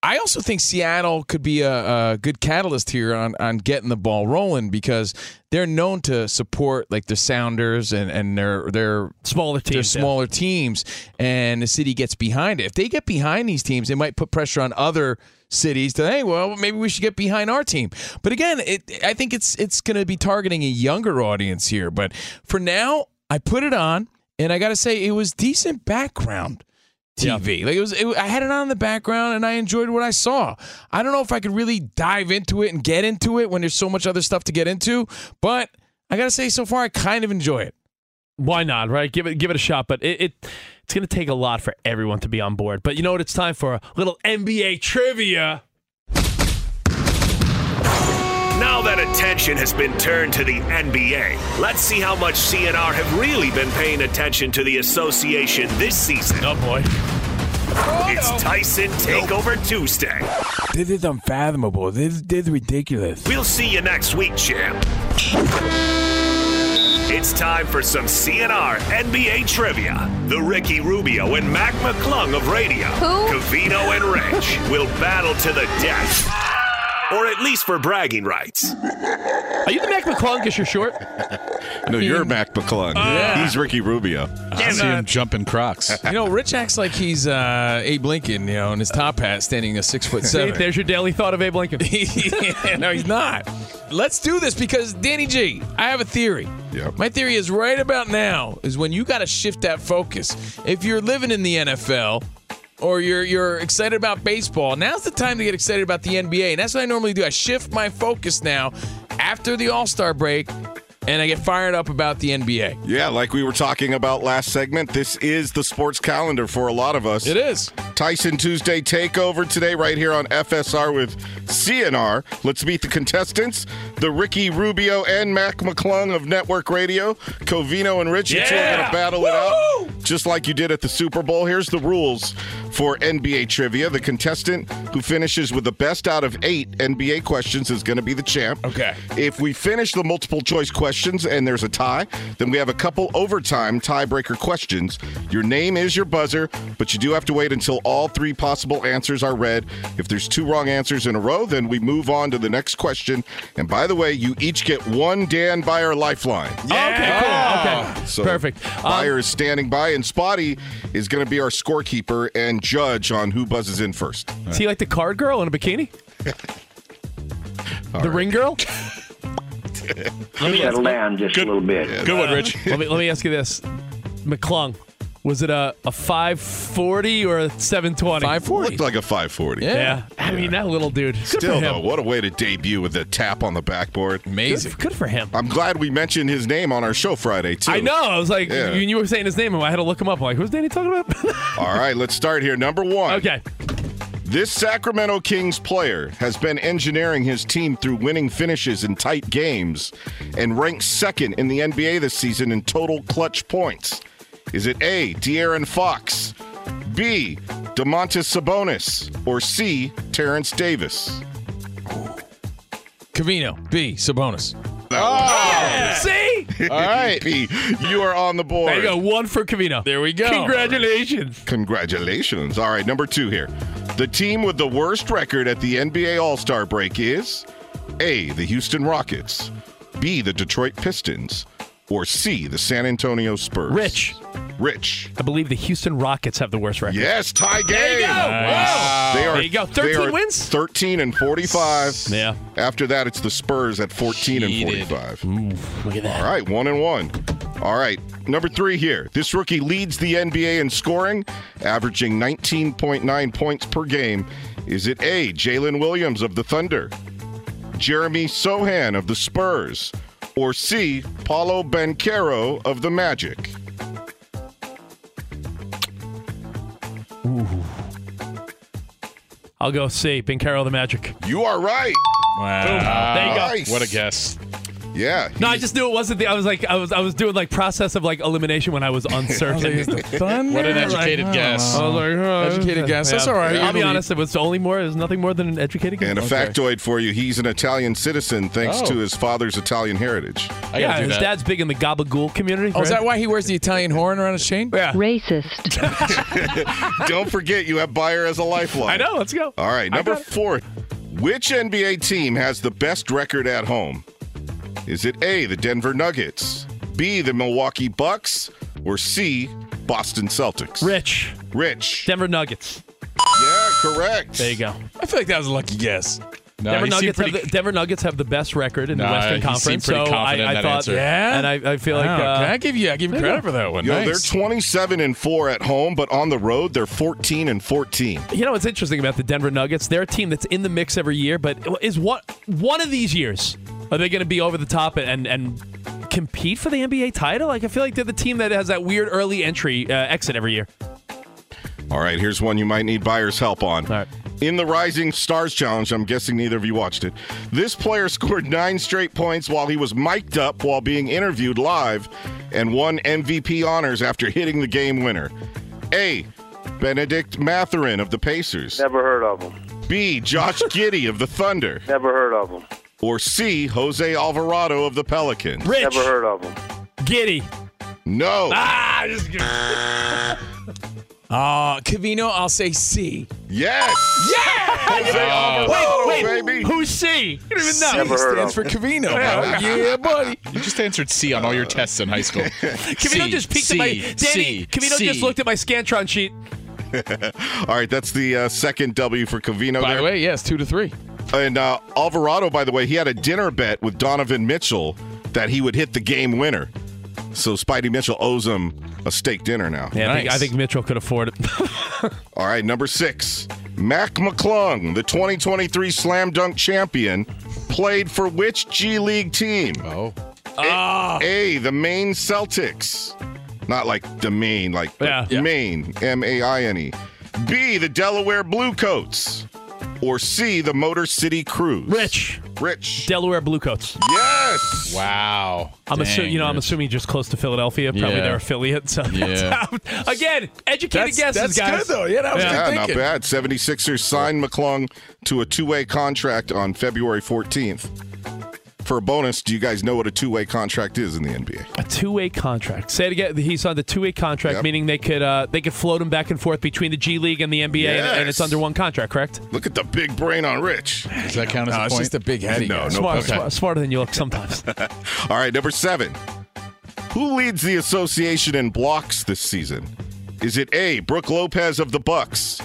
I also think Seattle could be a, a good catalyst here on, on getting the ball rolling because they're known to support like the Sounders and, and their their smaller their teams, yeah. smaller teams, and the city gets behind it. If they get behind these teams, it might put pressure on other cities to hey, well, maybe we should get behind our team. But again, it I think it's it's going to be targeting a younger audience here. But for now, I put it on, and I got to say it was decent background. TV. Like it was, it, I had it on in the background, and I enjoyed what I saw. I don't know if I could really dive into it and get into it when there's so much other stuff to get into, but I gotta say, so far I kind of enjoy it. why not? Right? Give it give it a shot. But it, it it's going to take a lot for everyone to be on board. But you know what? It's time for a little NBA trivia. Now that attention has been turned to the NBA, let's see how much CNR have really been paying attention to the association this season. Oh boy. It's Tyson Takeover Tuesday. This is unfathomable. This, this is ridiculous. We'll see you next week, champ. It's time for some CNR NBA trivia. The Ricky Rubio and Mac McClung of radio, Who? Cavino and Rich, will battle to the death, or at least for bragging rights. Are you the Mac McClung? Because you're short. No, you're Mac McClung. Yeah. He's Ricky Rubio. I see him jumping Crocs. You know, Rich acts like he's uh, Abe Lincoln, you know, in his top hat, standing a six foot See, seven. there's your daily thought of Abe Lincoln. Yeah, no, he's not. Let's do this because Danny G, I have a theory. My theory is right about now is when you got to shift that focus. If you're living in the NFL or you're you're excited about baseball, now's the time to get excited about the NBA. And that's what I normally do. I shift my focus now after the All-Star break and I get fired up about the NBA. Yeah, like we were talking about last segment, this is the sports calendar for a lot of us. It is. Tyson Tuesday takeover today, right here on FSR with CNR. Let's meet the contestants the Ricky Rubio and Mac McClung of Network Radio, Covino and Rich. You two are Yeah! going to battle it out just like you did at the Super Bowl. Here's the rules for NBA trivia the contestant who finishes with the best out of eight NBA questions is going to be the champ. Okay. If we finish the multiple choice questions and there's a tie, then we have a couple overtime tiebreaker questions. Your name is your buzzer, but you do have to wait until all three possible answers are read. If there's two wrong answers in a row, then we move on to the next question. And by the way, you each get one Dan Byer lifeline. Okay, cool. Okay. Oh, So Perfect. Um, Byer is standing by, and Spotty is going to be our scorekeeper and judge on who buzzes in first. Is he like the card girl in a bikini? the ring girl? Let me settle down just a little bit. let, me, let me ask you this. McClung, was it a, a 540 or a 720? 540. Looked like a 540. Yeah. I mean, that little dude. Good Still for him. though, what a way to debut with a tap on the backboard. Amazing. Good, for him. I'm glad we mentioned his name on our show Friday too. I know. I was like, Yeah. you, you were saying his name, and I had to look him up. I'm like, who's Danny talking about? All right, let's start here. Number one. Okay. This Sacramento Kings player has been engineering his team through winning finishes in tight games and ranks second in the NBA this season in total clutch points. Is it A, De'Aaron Fox, B, DeMontis Sabonis, or C, Terrence Davis? Cavino, B, Sabonis. See? All right. you are on the board. Oh! There you go. One for Cavino. There we go. Congratulations. Congratulations. All right, number two here. The team with the worst record at the NBA All Star break is A, the Houston Rockets, B, the Detroit Pistons, or C, the San Antonio Spurs. Rich. Rich. I believe the Houston Rockets have the worst record. Yes, tie game. There you go. Wow. They are, there you go. they 13 are wins. 13 and 45. Yeah. After that, it's the Spurs at 14 and 45. look at that. All right, one and one. All right, number three here. This rookie leads the NBA in scoring, averaging 19.9 points per game. Is it A, Jalen Williams of the Thunder, Jeremy Sohan of the Spurs, or C, Paulo Banquero of the Magic? I'll go C. Ben Carroll, the Magic. You are right. Wow. There you go. Nice. What a guess. Yeah. No, I just knew it wasn't the. I was like, I was, I was doing like process of like elimination when I was uncertain. I was like, is the Thunder? What an educated Like, oh. guess. Oh, I was like, huh. Educated guess. That's all right. I'll be Italy. honest. It was only more. There's nothing more than an educated guess. And a factoid for you he's an Italian citizen thanks Oh. to his father's Italian heritage. yeah, his dad's big in the gabagool community. Oh, is right? that why he wears the Italian horn around his chain? Yeah. Racist. Don't forget, you have Buyer as a lifeline. I know. Let's go. All right, I number got it. four. Which NBA team has the best record at home? Is it A, the Denver Nuggets, B, the Milwaukee Bucks, or C, Boston Celtics? Rich. Rich. Denver Nuggets. Yeah, correct. There you go. I feel like that was a lucky guess. Denver, he seemed Nuggets pretty- have the, Denver Nuggets have the best record in Nah, the Western he Conference. seemed pretty so confident I, I in that thought, answer. Yeah? and I, I feel like Wow, uh, okay, I give you- I give you there credit go. for that one. Yo, Nice. they're 27 and 4 at home, but on the road, they're 14 and 14. You know what's interesting about the Denver Nuggets? They're a team that's in the mix every year, but is what one of these years are they going to be over the top and and compete for the NBA title? Like I feel like they're the team that has that weird early entry uh, exit every year. All right, here's one you might need buyer's help on. In the Rising Stars Challenge, I'm guessing neither of you watched it. This player scored nine straight points while he was mic'd up while being interviewed live and won MVP honors after hitting the game winner. A. Benedict Matherin of the Pacers. Never heard of him. B. Josh Giddy of the Thunder. Never heard of him. Or C. Jose Alvarado of the Pelicans. Rich. Never heard of him. Giddy. No. Ah, just Uh, Cavino, I'll say C. Yes. Yeah. Oh, wait, wait, who's C? You don't even know. Never heard stands of him. for Covino, bro. Yeah, buddy. You just answered C on all your tests in high school. Camino C, just peeked C, at my Danny. C, Camino C. just looked at my scantron sheet. All right, that's the uh, second W for Covino. By the way, yes, two to three. And uh, Alvarado, by the way, he had a dinner bet with Donovan Mitchell that he would hit the game winner. So Spidey Mitchell owes him a steak dinner now. Yeah, I, think, I think Mitchell could afford it. All right, number six. Mac McClung, the 2023 slam dunk champion, played for which G League team? Oh. A, A, the Maine Celtics. Not like the Maine, like but Maine, M A I N E. B, the Delaware Bluecoats. Or C, the Motor City Crews. Rich. Rich. Delaware Bluecoats. Yes. Wow. I'm assuming Dang, you know. I'm Rich. assuming just close to Philadelphia, probably Yeah. their affiliate. So that's Yeah. how- again, That's- educated guesses, that's guys. good, though. Yeah, that was Yeah, not bad. 76ers signed McClung to a two way contract on February 14th. For a bonus, do you guys know what a two way contract is in the NBA? A two-way contract. Say it again. He signed the two-way contract, meaning they could uh, they could float him back and forth between the G League and the NBA, and- and, it's Yes. under one contract, correct? Look at the big brain on Rich. Does that count as No, a it's point? just a big head he No, got. no Smart- point. smart- smarter than you look sometimes. All right, number seven. Who leads the association in blocks this season? Is it A, Brooke Lopez of the Bucks,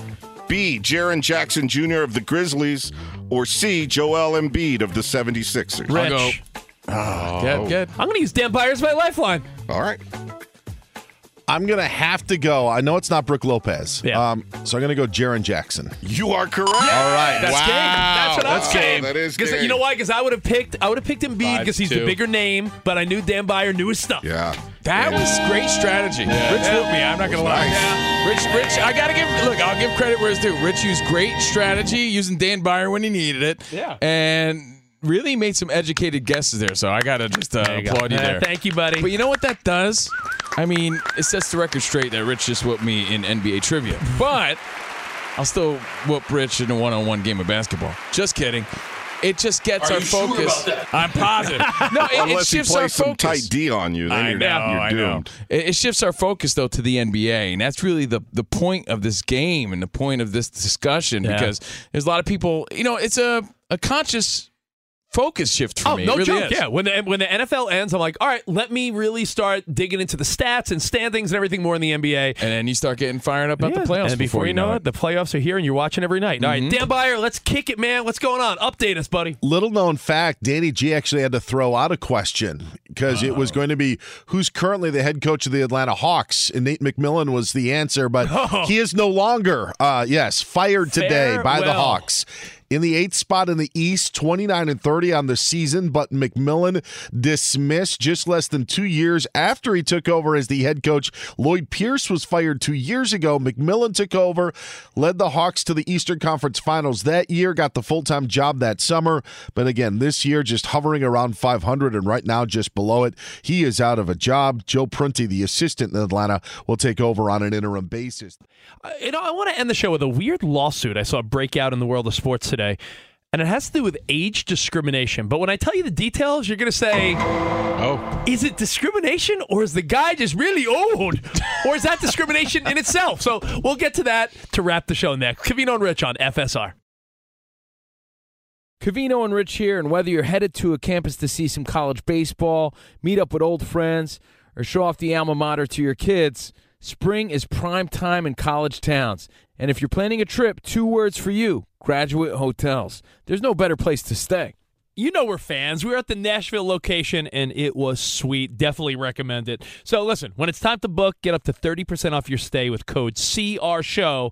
B, Jaron Jackson Jr. of the Grizzlies, or C, Joel Embiid of the 76ers? Rich. Oh, I'm going to use Dan Byers as my lifeline. All right. I'm gonna have to go. I know it's not Brooke Lopez. Yeah. Um, so I'm gonna go Jaron Jackson. You are correct. All right. That's game. That's what I'm That's saying. game. That is 'Cause game. You know why? Because I would have picked. I would have picked Embiid Five, because he's two. the bigger name, but I knew Dan Byer knew his stuff. Yeah. That was great strategy. Yeah. Rich Yeah. whooped me. I'm not gonna lie. Nice. Yeah. Rich, Rich, I gotta give. Look, I'll give credit where it's due. Rich used great strategy using Dan Byer when he needed it. Yeah. and really made some educated guesses there. So I gotta just uh, There you go. applaud you Yeah, there. thank you, buddy. But you know what that does? I mean, it sets the record straight that Rich just whooped me in NBA trivia, but I'll still whoop Rich in a one-on-one game of basketball. Just kidding. It just gets Are our you sure about focus. that? I'm positive. No, it, it Unless he shifts plays our focus. some tight D on you, then I you're, know, you're I doomed. know. It, it shifts our focus though to the NBA, and that's really the the point of this game and the point of this discussion Yeah. because there's a lot of people. You know, it's a a conscious focus shift for Oh me. no It really joke! is. Yeah, when the when the NFL ends, I'm like, all right, let me really start digging into the stats and standings and everything more in the NBA. And then you start getting fired up about the playoffs And before, you know it, Mm-hmm. the playoffs are here, and you're watching every night. All right, Dan Byer, let's kick it, man. What's going on? Update us, buddy. Little known fact: Danny G actually had to throw out a question because it was Oh. going to be who's currently the head coach of the Atlanta Hawks, and Nate McMillan was the answer, but he is no longer. Uh, yes, fired today by the Farewell. Hawks. In the eighth spot in the East, 29 and 30 on the season, but McMillan dismissed just less than two years after he took over as the head coach. Lloyd Pierce was fired two years ago. McMillan took over, led the Hawks to the Eastern Conference Finals that year, got the full time job that summer. But again, this year just hovering around 500 and right now just below it. He is out of a job. Joe Prunty, the assistant in Atlanta, will take over on an interim basis. Uh, you know, I want to end the show with a weird lawsuit I saw break out in the world of sports today, and it has to do with age discrimination. But when I tell you the details, you're going to say, "Oh, is it discrimination, or is the guy just really old, or is that discrimination in itself?" So we'll get to that to wrap the show next. Cavino and Rich on FSR. Cavino and Rich here, and whether you're headed to a campus to see some college baseball, meet up with old friends, or show off the alma mater to your kids, spring is prime time in college towns. And if you're planning a trip, two words for you graduate hotels. There's no better place to stay. you know we're fans. We were at the Nashville location and it was sweet. Definitely recommend it. So listen, when it's time to book, get up to 30% off your stay with code CR Show.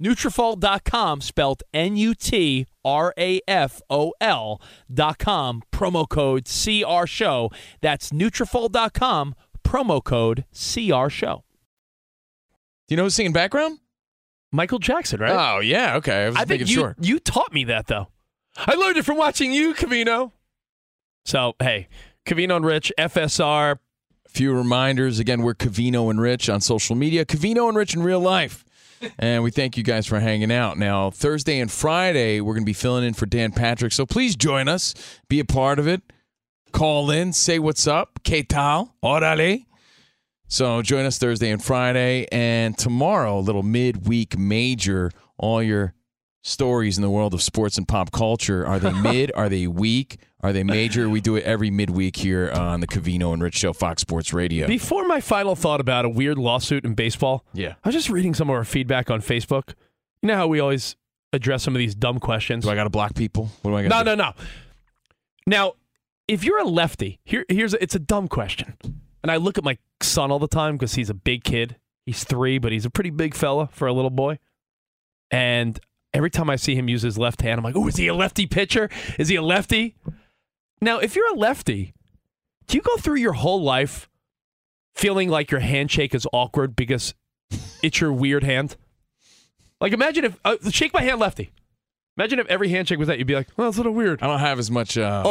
Nutrafol.com, spelled N-U-T-R-A-F-O-L dot com, promo code CR Show. That's Nutrafol.com, promo code CR Show. Do you know who's singing background? Michael Jackson, right? Oh yeah, okay. I was Ah, I making think you, sure. you taught me that though. I learned it from watching you, Camino. So hey, Camino and Rich, FSR. A few reminders again. We're Cavino and Rich on social media. Cavino and Rich in real life. And we thank you guys for hanging out. Now, Thursday and Friday, we're going to be filling in for Dan Patrick. So please join us, be a part of it, call in, say what's up. Que tal? Orale. So join us Thursday and Friday. And tomorrow, a little midweek major. All your stories in the world of sports and pop culture. Are they mid? Are they weak? Are they major? We do it every midweek here on the Cavino and Rich Show, Fox Sports Radio. Before my final thought about a weird lawsuit in baseball, Yeah. I was just reading some of our feedback on Facebook. You know how we always address some of these dumb questions. Do I got to block people? What do I No, got? no, no. Now, if you're a lefty, here, here's a, it's a dumb question, and I look at my son all the time because he's a big kid. He's three, but he's a pretty big fella for a little boy. And every time I see him use his left hand, I'm like, "Oh, is he a lefty pitcher? Is he a lefty?" Now, if you're a lefty, do you go through your whole life feeling like your handshake is awkward because it's your weird hand? Like, imagine if uh, shake my hand lefty. Imagine if every handshake was that. You'd be like, well, it's a little weird. I don't have as much uh,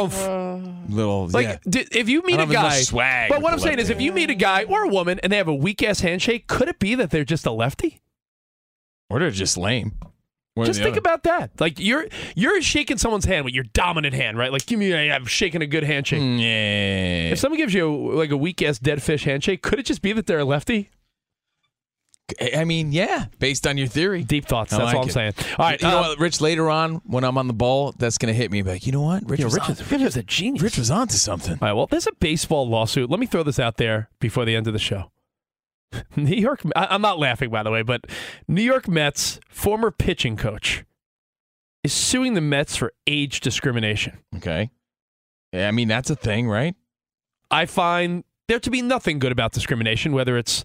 little Oh, Like, yeah. d- if you I meet a don't have as guy, much swag but what I'm with the saying is, lefty. if you meet a guy or a woman and they have a weak ass handshake, could it be that they're just a lefty? Or they're just lame. One or just the think other. about that. Like you're you're shaking someone's hand with your dominant hand, right? Like give me, a- I'm shaking a good handshake. Hmm. Mm, Yeah. If someone gives you like a weak ass dead fish handshake, could it just be that they're a lefty? I mean, yeah, based on your theory. Deep thoughts. I That's like all I'm it. saying. All right, you know uh, what, Rich? Later on, when I'm on the ball, that's gonna hit me. Like, you know what, Rich? Yeah, was Rich on- is- Rich is a genius. Rich was onto something. All right, well, there's a baseball lawsuit. Let me throw this out there before the end of the show. New York, I- I'm not laughing, by the way, but New York Mets former pitching coach is suing the Mets for age discrimination. Okay. Yeah, I mean, that's a thing, right? I find there to be nothing good about discrimination, whether it's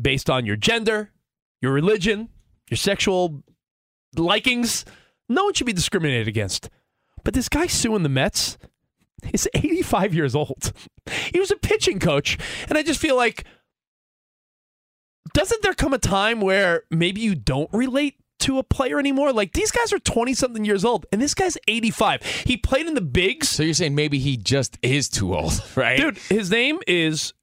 based on your gender, your religion, your sexual likings. No one should be discriminated against. But this guy suing the Mets is 85 years old. He was a pitching coach. And I just feel like, doesn't there come a time where maybe you don't relate to a player anymore? Like, these guys are 20 something years old, and this guy's 85. He played in the bigs. So you're saying maybe he just is too old, right? Dude, his name is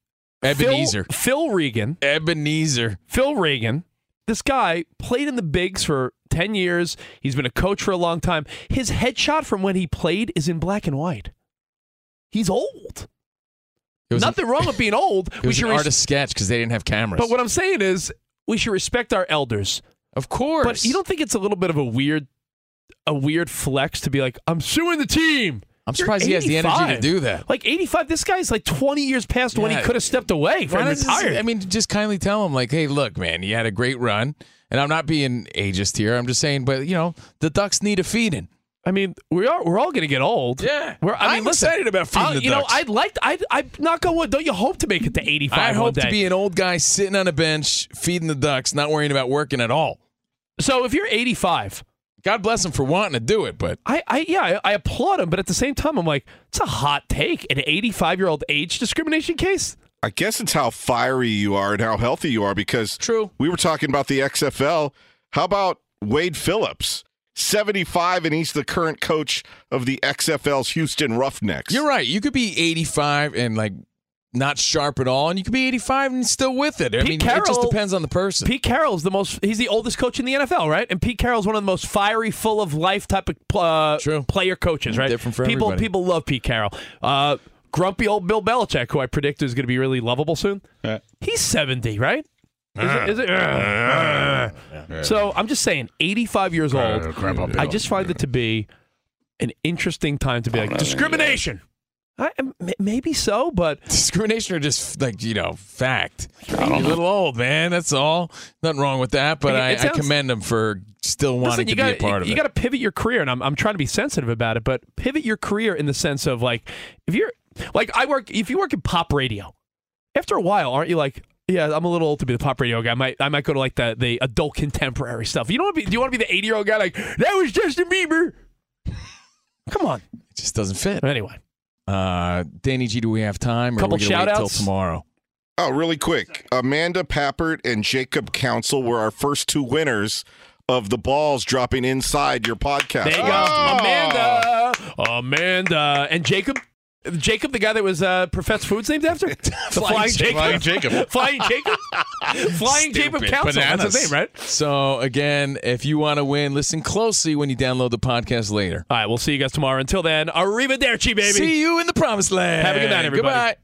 Ebenezer. Phil, Phil Regan. Ebenezer. Phil Regan. This guy played in the bigs for 10 years. He's been a coach for a long time. His headshot from when he played is in black and white. He's old. was an- Nothing wrong with being old. It was an res- artist sketch because they didn't have cameras. But what I'm saying is, we should respect our elders. Of course. But you don't think it's a little bit of a weird, a weird flex to be like, I'm suing the team. I'm You're surprised he has the energy to 85. do that. Like 85, this guy's like 20 years past when he Yeah. could have stepped away Why from does this- retired. I mean, just kindly tell him, like, hey, look, man, you had a great run, and I'm not being ageist here. I'm just saying, but you know, the ducks need a feeding. I mean, we are we're all gonna get old. Yeah, We're, I mean, I'm listen, excited about feeding I'll- the You ducks. know, I'd like. To, I I knock on wood. Don't you hope to make it to eighty five? I hope to be an old guy sitting on a bench feeding the ducks, not worrying about working at all. So if you're eighty five, God bless him for wanting to do it, but I, I yeah, I, I applaud him, but at the same time, I'm like, it's a hot take. An eighty five year old age discrimination case. I guess it's how fiery you are and how healthy you are because True. we were talking about the XFL. How about Wade Phillips? 75 and he's the current coach of the XFL's Houston Roughnecks. You're right. You could be 85 and like not sharp at all, and you could be 85 and still with it. I Pete mean, Carroll, it just depends on the person. Pete Carroll's the most. He's the oldest coach in the NFL, right? And Pete Carroll's one of the most fiery, full of life type of uh, player coaches, right? Different for people. everybody. People love Pete Carroll. Uh, grumpy old Bill Belichick, who I predict is going to be really lovable soon. He's seventy, right? Is it- is it- So I'm just saying, 85 years old. I just find it to be an interesting time to be like discrimination. I, m- maybe so, but discrimination or just like you know fact. You're a little old, man. That's all. Nothing wrong with that, but It- I, it I sounds- commend him for still wanting Listen, you to gotta, be a part of you it. got to pivot your career, and I'm, I'm trying to be sensitive about it, but pivot your career in the sense of like, if you're like I work, if you work in pop radio, after a while, aren't you like, Yeah, I'm a little old to be the pop radio guy. I might, I might go to like the, the adult contemporary stuff. You don't want to be, do you want to be the 80 year old guy like that was Justin Bieber? Come on, it just doesn't fit. Anyway, uh, Danny G, do we have time? Or Couple we're gonna wait till shout-outs? tomorrow. Oh, really quick. Amanda Pappert and Jacob Council were our first two winners of the balls dropping inside your podcast. There you go, Amanda, Amanda, and Jacob. Jacob, the guy that was uh, Professor Foods named after the Flying Jacob. Flying Jacob, Flying Jacob, Flying Jacob Council. That's his name, right? So again, if you want to win, listen closely when you download the podcast later. All right, we'll see you guys tomorrow. Until then, arrivederci, baby. See you in the promised land. Have a good night, everybody. Goodbye.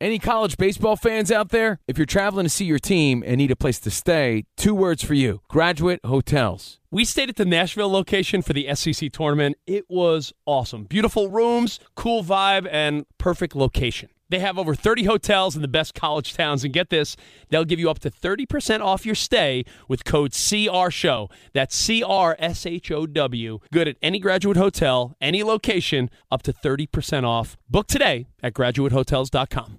Any college baseball fans out there? If you're traveling to see your team and need a place to stay, two words for you graduate hotels. We stayed at the Nashville location for the SEC tournament. It was awesome. Beautiful rooms, cool vibe, and perfect location. They have over 30 hotels in the best college towns. And get this, they'll give you up to 30% off your stay with code CRSHOW. That's C R S H O W. Good at any graduate hotel, any location, up to 30% off. Book today at graduatehotels.com.